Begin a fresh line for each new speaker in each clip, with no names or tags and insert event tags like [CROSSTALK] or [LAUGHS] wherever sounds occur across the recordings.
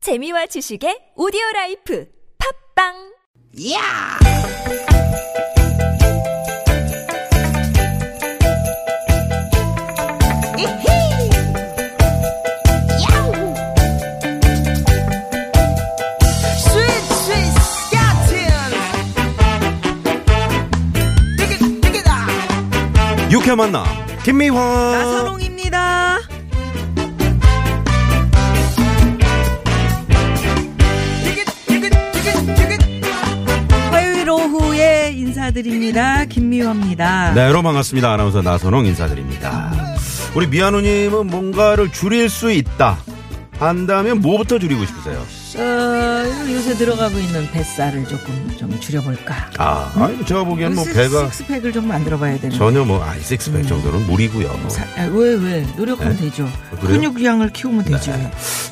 재미와 지식의 오디오 라이프 팝빵!
야! 이히! 야우! 스윗 스윗 스카틴! 띠깃 띠깃아!
유쾌 만남 김미화
나선홍입니다. 띠깃 띠깃 띠깃 띠깃
화요일 오후에 인사드립니다. 김미화입니다.
네 여러분 반갑습니다 아나운서 나선홍 인사드립니다 우리 미아누님은 뭔가를 줄일 수 있다 한다면 뭐부터 줄이고 싶으세요
어, 요새 들어가고 있는 뱃살을 조금 좀 줄여볼까.
아 아니 제가 보기엔 뭐
식-
배가
식스팩을 음. 좀 만들어봐야 되는.
전혀 뭐 아이섹스백 정도는 무리고요
사- 아, 왜, 왜? 노력하면 되죠.
네? 아, 그래요? 네.
근육량을 키우면 되죠.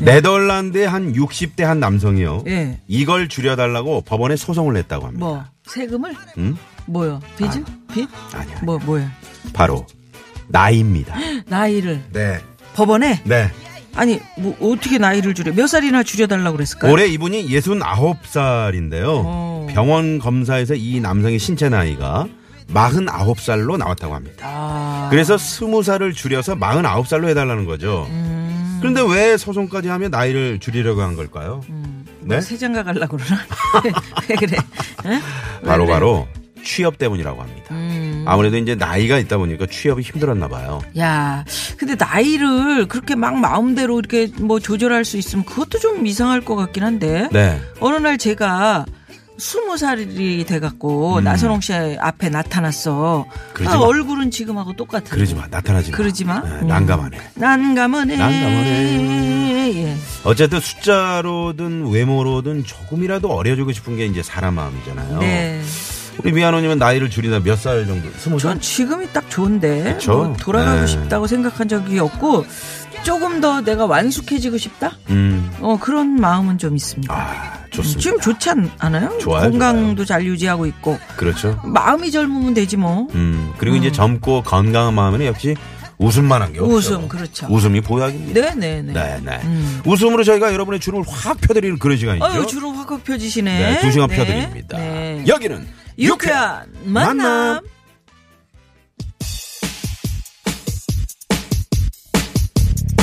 네덜란드의 한 60대 한 남성이요
예.
이걸 줄여달라고 법원에 소송을 냈다고 합니다
뭐, 세금을?
음?
뭐요? 빚을? 빚?
아니야
뭐, 뭐야?
바로 나이입니다
나이를.
네
법원에?
네.
아니, 뭐, 어떻게 나이를 줄여? 몇 살이나 줄여달라고 그랬을까요?
올해 이분이 69살인데요.
어.
병원 검사에서 이 남성의 신체 나이가 49살로 나왔다고 합니다.
아,
그래서 20살을 줄여서 49살로 해달라는 거죠.
음.
그런데 왜 소송까지 하며 나이를 줄이려고 한 걸까요?
음.
네?
세장가 가려고 그러나? [LAUGHS] 왜 그래? 응? 왜
바로바로
그래?
취업 때문이라고 합니다.
네. 음.
아무래도 이제 나이가 있다 보니까 취업이 힘들었나 봐요.
야, 근데 나이를 그렇게 막 마음대로 이렇게 뭐 조절할 수 있으면 그것도 좀 이상할 것 같긴 한데.
네.
어느 날 제가 스무 살이 돼갖고 나선홍 씨 앞에 나타났어.
음. 그러지
아,
마.
얼굴은 지금하고 똑같아.
그러지 마. 나타나지 마.
그러지 마?
네,
음.
난감하네.
난감하네.
난감하네.
예.
어쨌든 숫자로든 외모로든 조금이라도 어려지고 싶은 게 이제 사람 마음이잖아요.
네.
우리 미아노님은 나이를 줄이다 몇 살 정도? 스무 살?
전 지금이 딱 좋은데.
그쵸?
뭐 돌아가고
네.
싶다고 생각한 적이 없고 조금 더 내가 완숙해지고 싶다?
음.
어, 그런 마음은 좀 있습니다.
아 좋습니다.
지금 좋지 않, 아요
좋아요,
건강도 잘 유지하고 있고
그렇죠.
마음이 젊으면 되지 뭐.
음 그리고 이제 젊고 건강한 마음에는 역시 웃음만한 게 없죠.
웃음, 그렇죠.
웃음이 보약입니다.
네네네.
네, 네. 웃음으로 저희가 여러분의 주름을 확 펴드리는 그런 시간이죠.
아유 주름 확확 펴지시네.
네, 두 시간
네.
펴드립니다.
네.
여기는
유쾌한 만남.
만남.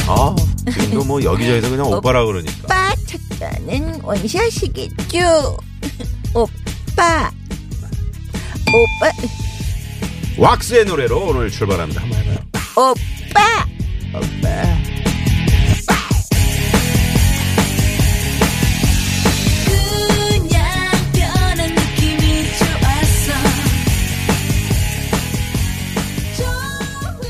아 지금도 뭐 여기저기서
어.
그냥 오빠라 그러니까.
오빠 찾자는 원샷이겠죠. [LAUGHS] 오빠. 오빠,
왁스의 노래로 오늘 출발합니다. 한번 해봐요.
오빠.
그냥 변한 느낌이 좋았어 좋은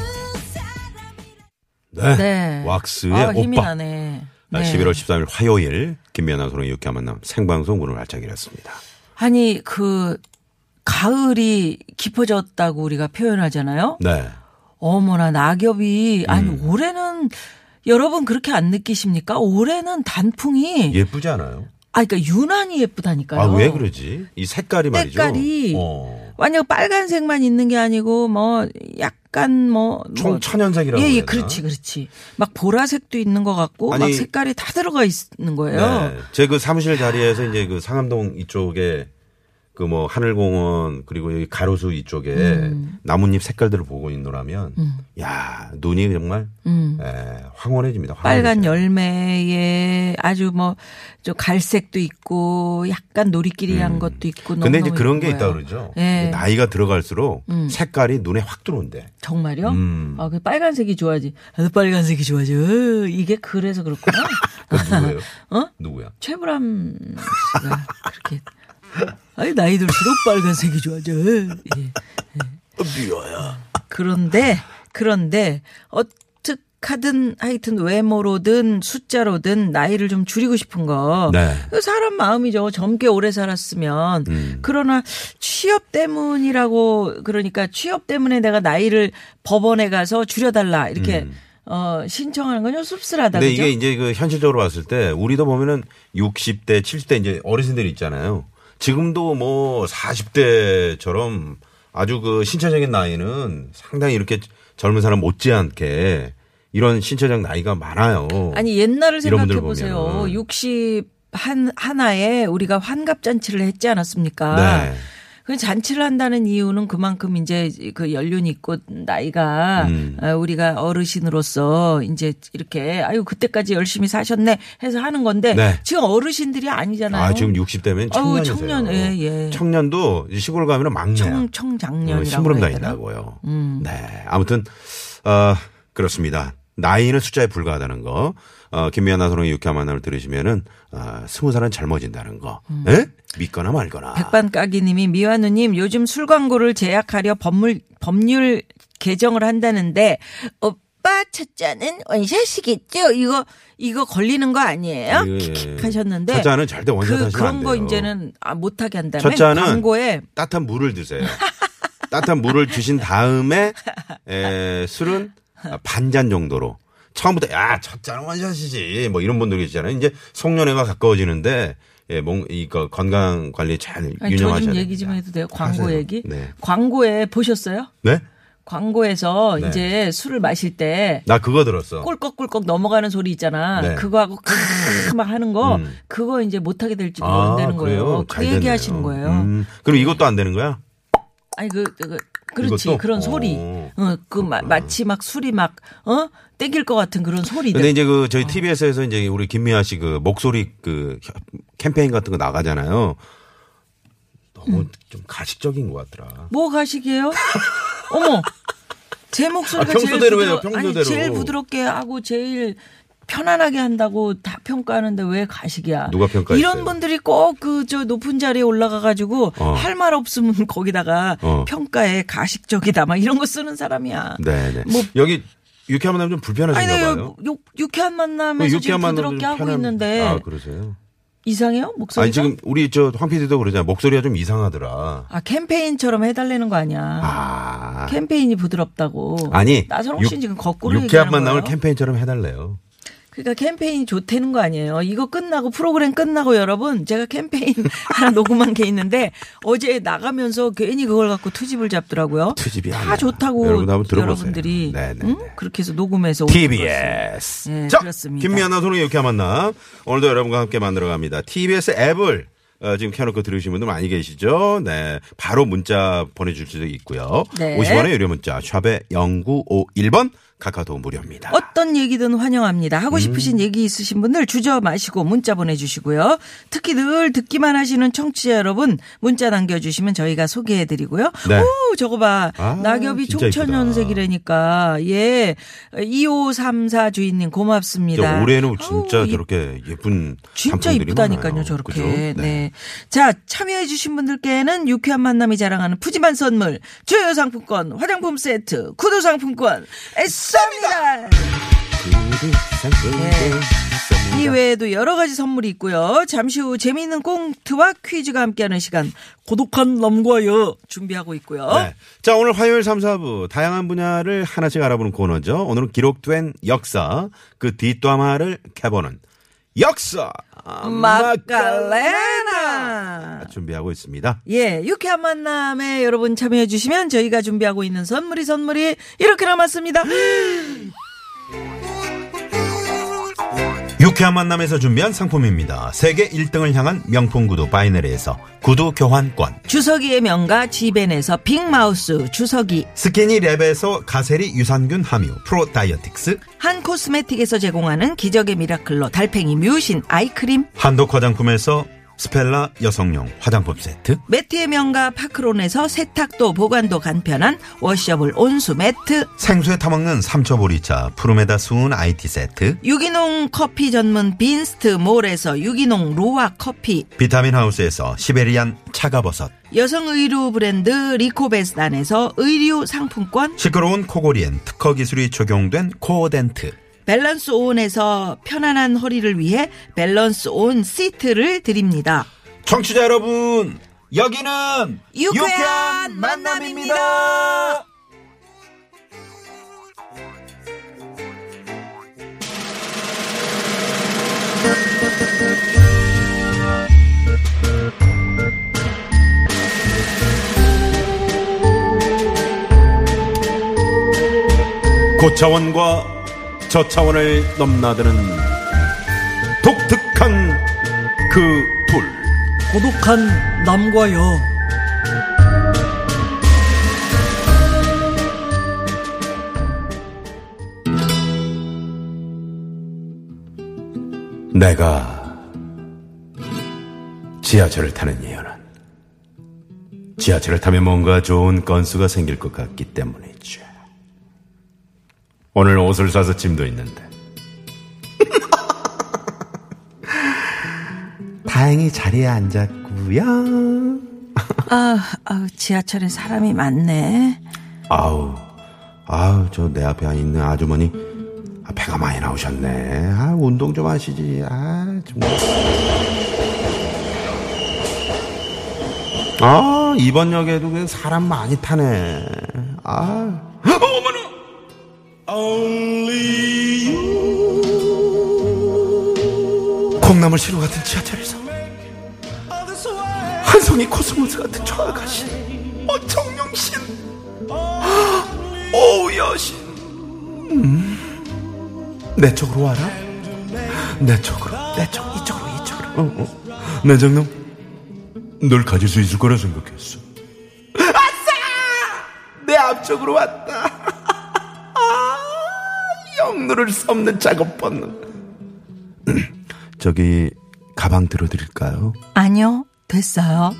사람이라
네.
네.
왁스의
아, 힘이
오빠.
나네.
아,
네.
11월 13일 화요일 김미아나 소롱의 유쾌한 만남 생방송 문을 활짝 열었습니다.
아니 그 가을이 깊어졌다고 우리가 표현하잖아요.
네.
어머나 낙엽이 아니
음.
올해는 여러분 그렇게 안 느끼십니까? 올해는 단풍이
예쁘지 않아요?
아 그러니까 유난히 예쁘다니까요.
아, 왜 그러지? 이 색깔이 말이죠.
색깔이 뭐
어.
완전 빨간색만 있는 게 아니고 뭐 약간 뭐 뭐-
총천연색이라고.
예, 예,
해야 되나?
그렇지, 그렇지. 막 보라색도 있는 것 같고, 막
아니,
색깔이 다 들어가 있는 거예요.
네. 제 그 사무실 자리에서 이제 그 상암동 이쪽에 그 뭐 하늘공원 그리고 여기 가로수 이쪽에
음.
나뭇잎 색깔들을 보고 있노라면 야 눈이 정말 예, 황홀해집니다.
음. 빨간
황홀해져요.
열매에 아주 뭐 좀 갈색도 있고, 약간 노리끼리한 것도 있고.
음. 근데 이제
너무너무
그런 게
예쁜
있다
거예요.
그러죠.
예. 음.
나이가 들어갈수록 색깔이 눈에 확 들어온대.
정말요?
음.
아, 그 빨간색이 좋아지. 나도 빨간색이 좋아지. 으, 이게
[LAUGHS]
그래서 그렇구나.
그
[LAUGHS]
누구예요?
어?
누구야?
최불암 씨가 그렇게. 아니, 나이 들수록 빨간색이 좋아져. 예.
미워야.
그런데 그런데 어떻하든 하여튼 외모로든 숫자로든 나이를 좀 줄이고 싶은 거.
네.
그 사람 마음이죠. 젊게 오래 살았으면.
음.
그러나 취업 때문이라고 그러니까 취업 때문에 내가 나이를 법원에 가서 줄여달라 이렇게 어 신청하는 건 좀 씁쓸하다.
음. 근데
그죠?
이게 이제 그 현실적으로 봤을 때 우리도 보면은 60대, 70대 이제 어르신들 있잖아요. 지금도 뭐 40대처럼 아주 그 신체적인 나이는 상당히 이렇게 젊은 사람 못지않게 이런 신체적 나이가 많아요.
아니 옛날을
이런 분들
생각해 보세요.
보면은.
60 한 하나에 우리가 환갑 잔치를 했지 않았습니까?
네.
그 잔치를 한다는 이유는 그만큼 이제 그 연륜이 있고 나이가
음.
아, 우리가 어르신으로서 이제 이렇게 아유 그때까지 열심히 사셨네 해서 하는 건데
네.
지금 어르신들이 아니잖아요.
아 지금 60대면 청년이세요.
어우, 청년, 예, 예.
청년도 시골 가면 막내야.
청 청장년이라고
어, 심부름
해야 되나? 음.
다닌다고요. 네. 아무튼, 어, 그렇습니다. 나이는 숫자에 불과하다는 거. 어, 김미연 나선홍의 유쾌한 만남을 들으시면은, 어, 스무 살은 젊어진다는 거. 예? 믿거나 말거나.
음. 아. 백반까기님이 미완우님 요즘 술 광고를 제약하려 법률 법률 개정을 한다는데 오빠 첫자는 원샷이겠죠? 이거 이거 걸리는 거 아니에요?
예, 예.
킥킥 하셨는데
첫자는 절대 원샷
그,
하시면
그런
안
거
돼요.
이제는 아, 못하게 한다면
첫자는
광고에
따뜻한 물을 드세요. 따뜻한 물을 드신 다음에, 에, 술은 반 잔 정도로. 처음부터, 야, 첫 잔은 원샷이지. 뭐 이런 분들 계시잖아요. 이제 송년회가 가까워지는데, 예, 뭔, 이거 건강 관리 잘
아니, 저
유념하셔야
좀
돼요.
얘기 좀 해도 돼요? 광고
하세요.
얘기?
네.
광고에 보셨어요?
네?
광고에서
네.
이제 술을 마실 때
나 그거 들었어.
꿀꺽꿀꺽 넘어가는 소리 있잖아.
네.
그거하고 크막 하는 거
음. 아,
그거 이제 못하게 될지 안 되는 거예요.
잘
그 얘기
됐네요.
하시는 거예요.
음, 그럼 이것도 안 되는 거야?
아니 그, 그, 그 그렇지
이것도?
그런
어.
소리. 어, 그 마, 마치 막 술이 막 어? 땡길 것 같은 그런 소리들.
근데 이제 그
어.
저희 TBS에서 이제 우리 김미아 씨 그 목소리 그 협- 캠페인 같은 거 나가잖아요. 너무
음.
좀 가식적인 것 같더라.
뭐 가식이에요? 어머. 제 목소리가
아,
제일
평소대로 해요,
부드러... 아니
평소대로.
제일 부드럽게 하고 제일 편안하게 한다고 다 평가하는데 왜 가식이야?
누가 평가했어요?
이런 분들이 꼭 그 저 높은 자리에 올라가 가지고
어.
할 말 없으면 [LAUGHS] 거기다가
어.
평가에 가식적이다 막 이런 거 쓰는 사람이야.
네네.
뭐-
여기 유쾌한 만남 좀
아니 네,
불편하신가
내가
봐요. 그 어,
유- 유쾌한 만남에서 지금
만남
부드럽게
좀
하고
편한-
있는데
아 그러세요?
이상해요 목소리가?
아니 지금 우리 저 황 PD도 그러잖아. 목소리가 좀 이상하더라.
아, 캠페인처럼 해달라는 거 아니야.
아
캠페인이 부드럽다고.
아니
나선홍 씨는
육-
지금 거꾸로
유쾌한
얘기하는
만남을
거예요?
캠페인처럼 해달래요.
그러니까 캠페인이 좋다는 거 아니에요. 이거 끝나고 프로그램 끝나고 여러분 제가 캠페인 [LAUGHS] 하나 녹음한 게 있는데 어제 나가면서 괜히 그걸 갖고 투집을 잡더라고요.
투집이
다
아니야.
좋다고
여러분들 한번 들어보세요.
여러분들이
네네네.
응? 그렇게 해서 녹음해서 올린 거였어요.
TBS.
네,
자,
그렇습니다.
김미아나 손흥이 이렇게 만나. 오늘도 여러분과 함께 만들어 갑니다. TBS 앱을 어, 지금 켜놓고 들으시는 분들 많이 계시죠? 네. 바로 문자 보내줄 수도 있고요.
네.
50원의 유료 문자, 샵에 0951번 카카오톡 무료입니다.
어떤 얘기든 환영합니다. 하고
음.
싶으신 얘기 있으신 분들 주저 마시고 문자 보내주시고요. 특히 늘 듣기만 하시는 청취자 여러분 문자 남겨주시면 저희가 소개해드리고요.
네.
오 저거 봐.
아,
낙엽이
진짜 이쁘다.
종천연색이라니까. 예. 2534 주인님 고맙습니다.
저 올해는 진짜
아우, 이-
저렇게 예쁜
진짜
단풍들이
이쁘다니까요
많아요.
저렇게
그죠?
네. 자 참여해주신 분들께는 유쾌한 만남이 자랑하는 푸짐한 선물 주요 상품권 화장품 세트 구두 상품권 쏩니다 이 외에도 여러 가지 선물이 있고요. 잠시 후 재미있는 꽁트와 퀴즈가 함께하는 시간 고독한 남과 여 준비하고 있고요.
네. 자, 오늘 화요일 3, 4부 다양한 분야를 하나씩 알아보는 코너죠. 오늘은 기록된 역사, 그 뒷담화를 캐보는 역사
마카레나
준비하고 있습니다.
예, 유쾌한 만남에 여러분 참여해 주시면 저희가 준비하고 있는 선물이 선물이 이렇게 남았습니다.
유쾌한 만남에서 준비한 상품입니다. 세계 1등을 향한 명품 구두 바이너리에서 구두 교환권,
주석이의 명가 지벤에서 빅마우스 주석이
스키니 랩에서 가세리 유산균 함유 프로 다이어틱스,
한 코스메틱에서 제공하는 기적의 미라클로 달팽이 뮤신 아이크림
한독 화장품에서 스펠라 여성용 화장품 세트,
매트의 명가 파크론에서 세탁도 보관도 간편한 워셔블 온수 매트
생수에 타먹는 삼초보리차 푸르메다 수은 IT 세트,
유기농 커피 전문 빈스트 몰에서 유기농 로아 커피
비타민 하우스에서 시베리안 차가버섯
여성 의류 브랜드 리코베스단에서 의류 상품권
시끄러운 코골이엔 특허 기술이 적용된 코어덴트
밸런스 온에서 편안한 허리를 위해 밸런스 온 시트를 드립니다.
청취자 여러분 여기는
유쾌한 유쾌한 만남입니다.
고차원과 저 차원을 넘나드는 독특한 그 불.
고독한 남과 여.
내가 지하철을 타는 이유는 지하철을 타면 뭔가 좋은 건수가 생길 것 같기 때문이죠. 오늘 옷을 사서 짐도 있는데. [LAUGHS] 다행히 자리에 앉았고요.
아, 아 지하철에 사람이 많네.
아우, 아우, 저 내 앞에 있는 아주머니, 아, 배가 많이 나오셨네. 아, 운동 좀 하시지. 아, 정말. 아, 이번 역에도 그 사람 많이 타네. 아. 어머나! 콩나물 시루 같은 지하철에서 한송이 코스모스 같은 저 아가씨 어, 정영신 오 여신 음? 내 쪽으로 와라 내 쪽으로 내 쪽 이쪽으로 이쪽으로 어, 어. 내 장놈 널 가질 수 있을 거라 생각했어 아싸 내 앞쪽으로 왔다 [LAUGHS] 아, 영누를 섭는 작업번 저기 가방 들어드릴까요?
아니요, 됐어요.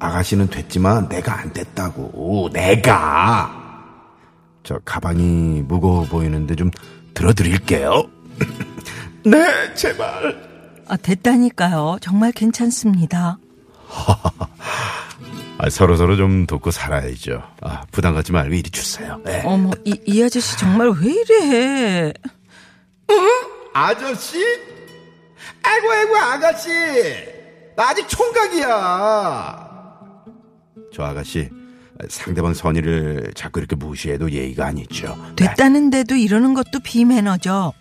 아가씨는 됐지만 내가 안 됐다고. 내가. 저 가방이 무거워 보이는데 좀 들어드릴게요. [LAUGHS] 네, 제발.
아, 됐다니까요. 정말 괜찮습니다.
아, 서로 서로 좀 돕고 살아야죠. 아, 부담 갖지 말고 이리 주세요. 네.
어머, 이, 이 아저씨 정말 왜 이래?
아저씨? 아이고 아이고 아가씨. 나 아직 총각이야. 저 아가씨 상대방 선의를 자꾸 이렇게 무시해도 예의가 아니죠. 네.
됐다는데도 이러는 것도 비매너죠.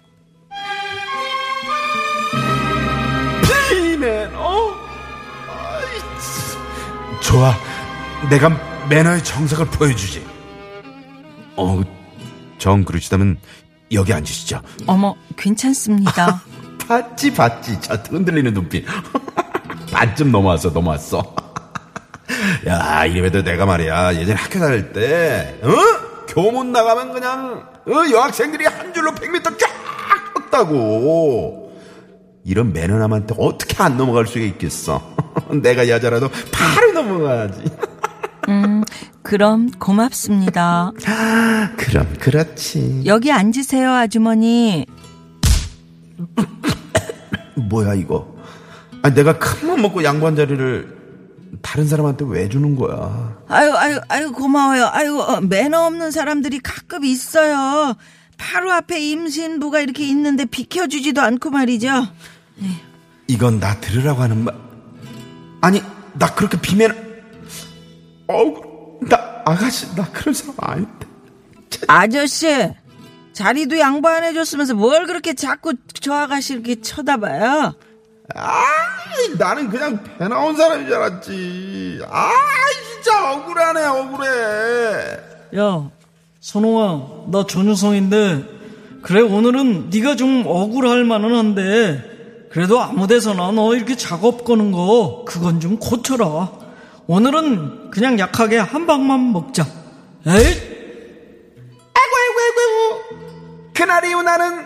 좋아. 내가 매너의 정석을 보여주지. 어, 정 그러시다면 여기 앉으시죠.
어머, 괜찮습니다.
봤지, 봤지. 저 흔들리는 눈빛. [LAUGHS] 반쯤 넘어왔어, 넘어왔어. [LAUGHS] 야, 이래봬도 내가 말이야. 예전에 학교 다닐 때, 어? 교문 나가면 그냥, 어? 여학생들이 한 줄로 100m 쫙 섰다고. 이런 매너남한테 어떻게 안 넘어갈 수가 있겠어. [LAUGHS] 내가 여자라도 바로 넘어가야지. [LAUGHS]
그럼 고맙습니다.
그럼 그렇지.
여기 앉으세요, 아주머니.
뭐야 이거? 아 내가 큰맘 먹고 양반 자리를 다른 사람한테 왜 주는 거야?
아유, 아유, 아유, 고마워요. 아유, 어, 매너 없는 사람들이 가끔 있어요. 바로 앞에 임신부가 이렇게 있는데 비켜주지도 않고 말이죠.
이건 나 들으라고 하는 말. 아니 나 그렇게 비면 어우 나 아가씨 나 그런 사람 아닌데.
아저씨, 자리도 양보 안 해줬으면서 뭘 그렇게 자꾸 저 아가씨 이렇게 쳐다봐요?
아 나는 그냥 배 나온 사람인 줄 알았지. 아 진짜 억울하네 억울해.
야, 선홍아, 나 전유성인데 그래 오늘은 네가 좀 억울할 만은 한데 그래도 아무데서나 너 이렇게 작업 거는 거 그건 좀 고쳐라. 오늘은 그냥 약하게 한 방만 먹자. 에이,
아이고 아이고 아이고 그날 이후 나는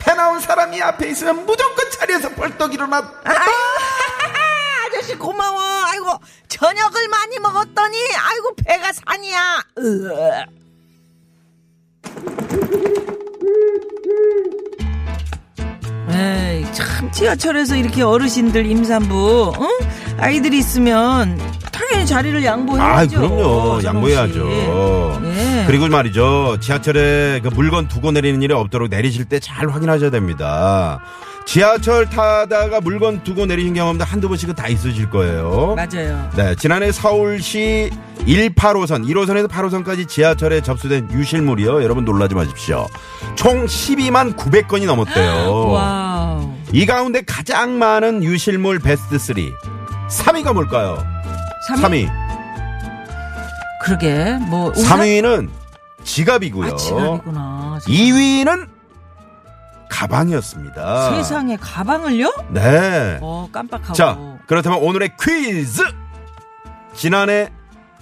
배 나온 사람이 앞에 있으면 무조건 자리에서 벌떡 일어났다
아, 아저씨 고마워. 아이고, 저녁을 많이 먹었더니, 아이고, 배가 산이야. 으. 에이, 참, 지하철에서 이렇게 어르신들 임산부, 응? 아이들이 있으면 당연히 자리를 양보해야죠.
아 그럼요
서로
양보해야죠
씨. 예.
그리고 말이죠 지하철에 그 물건 두고 내리는 일이 없도록 내리실 때 잘 확인하셔야 됩니다 지하철 타다가 물건 두고 내리신 경험도 한두 번씩은 다 있으실 거예요
맞아요.
네, 지난해 서울시 185선, 1호선에서 8호선까지 지하철에 접수된 유실물이요. 여러분 놀라지 마십시오. 총 12만 900건이 넘었대요.
[GASPS] 와우.
이 가운데 가장 많은 유실물 베스트 3. 3위가 뭘까요?
삼위?
3위.
그러게, 뭐. 우산?
3위? 는 지갑이고요.
아, 지갑이구나.
2위는 가방이었습니다.
세상에 가방을요?
네.
어 깜빡하고.
자, 그렇다면 오늘의 퀴즈. 지난해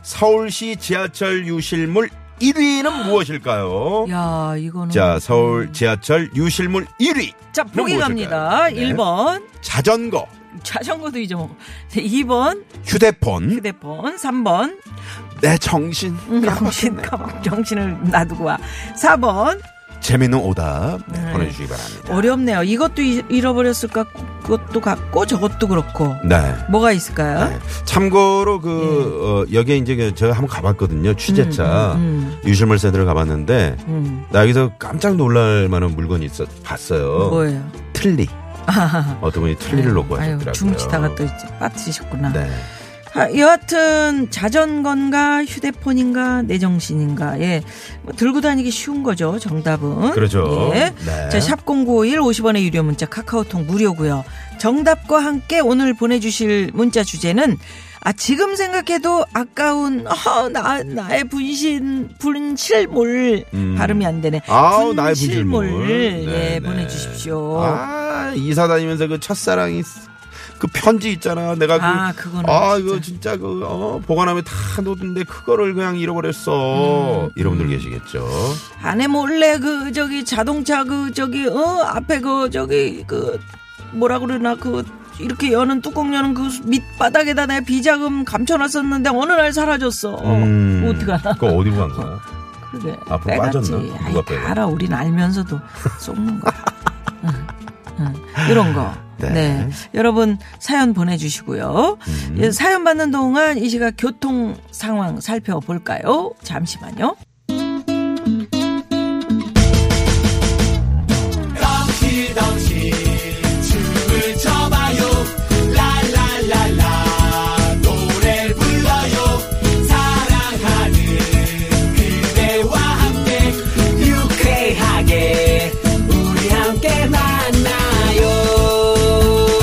서울시 지하철 유실물 1위는 무엇일까요?
아. 야 이거는.
자, 서울 지하철 유실물 1위.
자 보기 갑니다.
네.
1번
자전거,
자전거도 잊어먹고. 2번
휴대폰,
휴대폰. 3번
내 정신. [LAUGHS] 네.
정신 가방 정신을 놔두고 와. 4번
재밌는 오답 네, 보내주시기 바랍니다.
어렵네요. 이것도 이- 잃어버렸을 것 같- 것도 같고 저것도 그렇고.
네.
뭐가 있을까요?
네. 참고로 그
네.
어, 여기에 이제 그 제가 한번 가봤거든요
음,
취재차 유실물 센터를 가봤는데 나 여기서 깜짝 놀랄 만한 물건이 있어 봤어요.
뭐예요? [LAUGHS] 네.
틀니 어떤 분이 틀니를 놓고
아유,
하셨더라고요.
주무시다가 또 이제 빠뜨리셨구나.
네.
아, 여하튼 자전거인가 휴대폰인가 내 정신인가 예. 뭐 들고 다니기 쉬운 거죠. 정답은.
그렇죠.
예.
네.
자, 샵 0951, 50원의 유료 문자, 카카오톡 무료고요 정답과 함께 오늘 보내주실 문자 주제는, 아, 지금 생각해도 아까운, 어, 나, 나의 분신, 분실물.
음.
발음이 안 되네.
아우 나의
분실물.
분실물
예,
네, 네.
보내주십시오.
아 이사 다니면서 그 첫사랑이 쓰- 그 편지 있잖아. 내가 그
아, 그거는
아,
진짜.
이거 진짜 그 어, 보관함에 다 놓던데 그거를 그냥
음.
잃어버렸어. 이런 분들 계시겠죠.
아내 몰래 그, 저기, 자동차 그, 저기, 어, 앞에 그, 저기, 그, 뭐라 그러나, 그, 이렇게 여는 뚜껑 여는 그 밑바닥에다 내 비자금 감춰놨었는데 어느 날 사라졌어. 뭐
음,
어떡하나.
그거 어디로 간
[LAUGHS]
거야?
그러게.
앞으로
빼갔지.
빠졌나?
아이,
누가
다
빼갔나?
알아. 우린 알면서도 속는 거야. 응, 응. 이런 거.
네.
네. 여러분 사연 보내주시고요.
음.
예, 사연 받는 동안 이 시각 교통 상황 살펴볼까요? 잠시만요.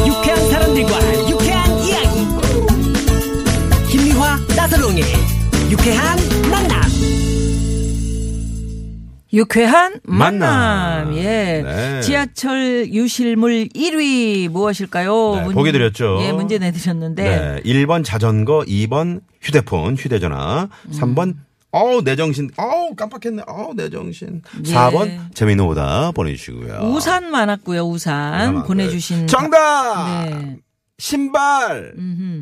유쾌한 사람들과 유쾌한 이야기 김미화 나서롱의 유쾌한 만남
유쾌한 만남.
만남.
예.
네.
지하철 유실물 1위 무엇일까요?
네, 보기 드렸죠.
예, 문제 내드렸는데.
네. 1번 자전거, 2번 휴대폰, 휴대전화, 3번
음.
어우 내 정신, 어우 깜빡했네, 어우 내 정신.
예.
4번 재미있는 오다 보내주시고요.
우산 많았고요.
그나마
우산
안
보내주신
그래요. 정답.
네.
신발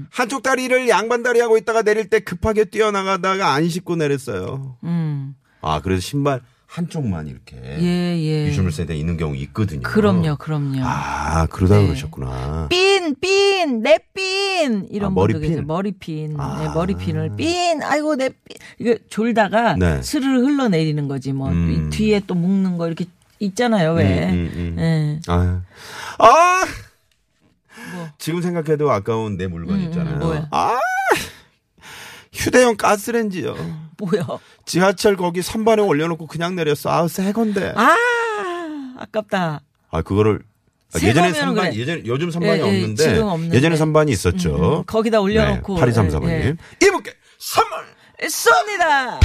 한쪽 다리를 양반 다리 하고 있다가 내릴 때 급하게 뛰어나가다가 안 씻고 내렸어요.
음.
아 그래서 신발 한쪽만 이렇게
예, 예.
유실물 세대 있는 경우 있거든요.
그럼요, 네. 그럼요.
아 그러다 그러셨구나.
삔, 삔, 내 삔! 이런
아, 머리핀.
머리 분도 계세요. 머리핀.
아.
네, 머리핀을 삔! 아이고, 내 삔! 이거 졸다가
네.
스르르 흘러내리는 거지. 뭐,
음.
이 뒤에 또 묶는 거 이렇게 있잖아요, 왜.
음, 음, 음.
예.
아, 아! 지금 생각해도 아까운 내 물건 있잖아요.
뭐? 음, 뭐야?
아 휴대용 가스렌지요.
뭐야.
지하철 거기 선반에 올려놓고 그냥 내렸어. 아새 건데.
아, 아깝다.
아 그거를 아,
새
예전에
거면은
선반
그래.
예전 요즘 선반이
예, 예,
없는데,
지금 없는데. 음,
전에 선반이 있었죠.
거기다 올려놓고.
네, 8234번님
예,
이분께 선물.
예. 쏩니다!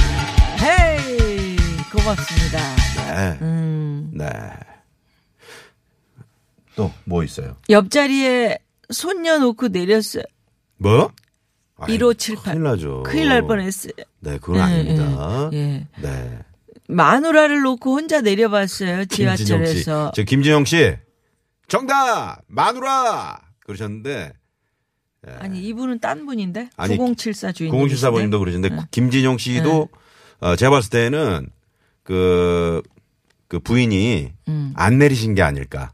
헤이! 고맙습니다.
네.
음.
네. 또 뭐 있어요?
옆자리에 손녀 놓고 내렸어요.
뭐? 아이,
1578.
큰일 나죠.
큰일 날 뻔했어요.
네, 그건 아닙니다.
예.
네.
마누라를 놓고 혼자 내려봤어요.
김진영 씨.
지하철에서.
저 김진영 씨. 정답! 마누라! 그러셨는데,
아니 이분은 딴 분인데 네.
아니,
9074 주인.
0074번님도 그러시는데, 김진영 씨도,
네.
어, 제가 봤을 때는, 그, 그 부인이
음.
안 내리신 게 아닐까.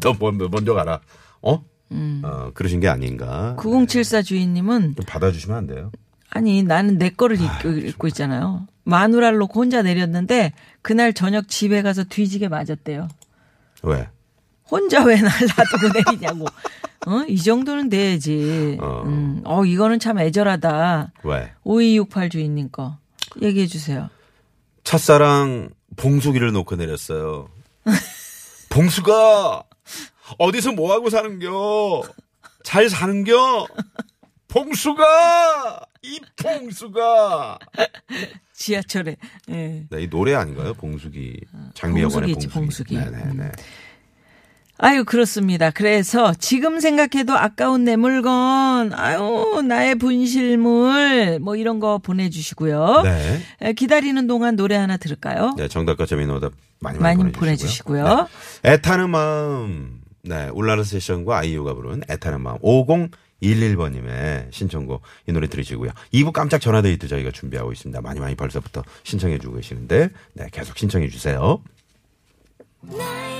너 먼저, 먼저 가라. 어?
음.
어, 그러신 게 아닌가.
9074 주인님은
좀 받아주시면 안 돼요?
아니 나는 내 거를 입고, 입고 있잖아요. 마누라를 놓고 혼자 내렸는데 그날 저녁 집에 가서 뒤지게 맞았대요.
왜?
혼자 왜 날 놔두고 내리냐고. 어? 이 정도는 돼야지.
어.
어, 음. 어 이거는 참 애절하다.
왜?
5268 주인님 거 얘기해 주세요.
첫사랑 봉숙이를 놓고 내렸어요.
[LAUGHS]
봉수가 어디서 뭐 하고 사는겨? 잘 사는겨? 봉수가 이 봉수가
지하철에. 예.
네, 이 노래 아닌가요? 봉숙이 장미여관의
봉숙이지,
봉숙이.
봉숙이.
네네네.
아유 그렇습니다. 그래서 지금 생각해도 아까운 내 물건, 아유 나의 분실물 뭐 이런 거 보내주시고요.
네.
에, 기다리는 동안 노래 하나 들을까요?
네, 정답과 재미있는 오답 많이 많이,
많이
보내주시고요.
보내주시고요.
네. 애타는 마음. 네, 울라라 세션과 아이유가 부른 애타는 마음. 5011번님의 신청곡 이 노래 들으시고요. 2부 깜짝 전화데이트 저희가 준비하고 있습니다. 많이 많이 벌써부터 신청해 주고 계시는데 네, 계속 신청해 주세요.
나의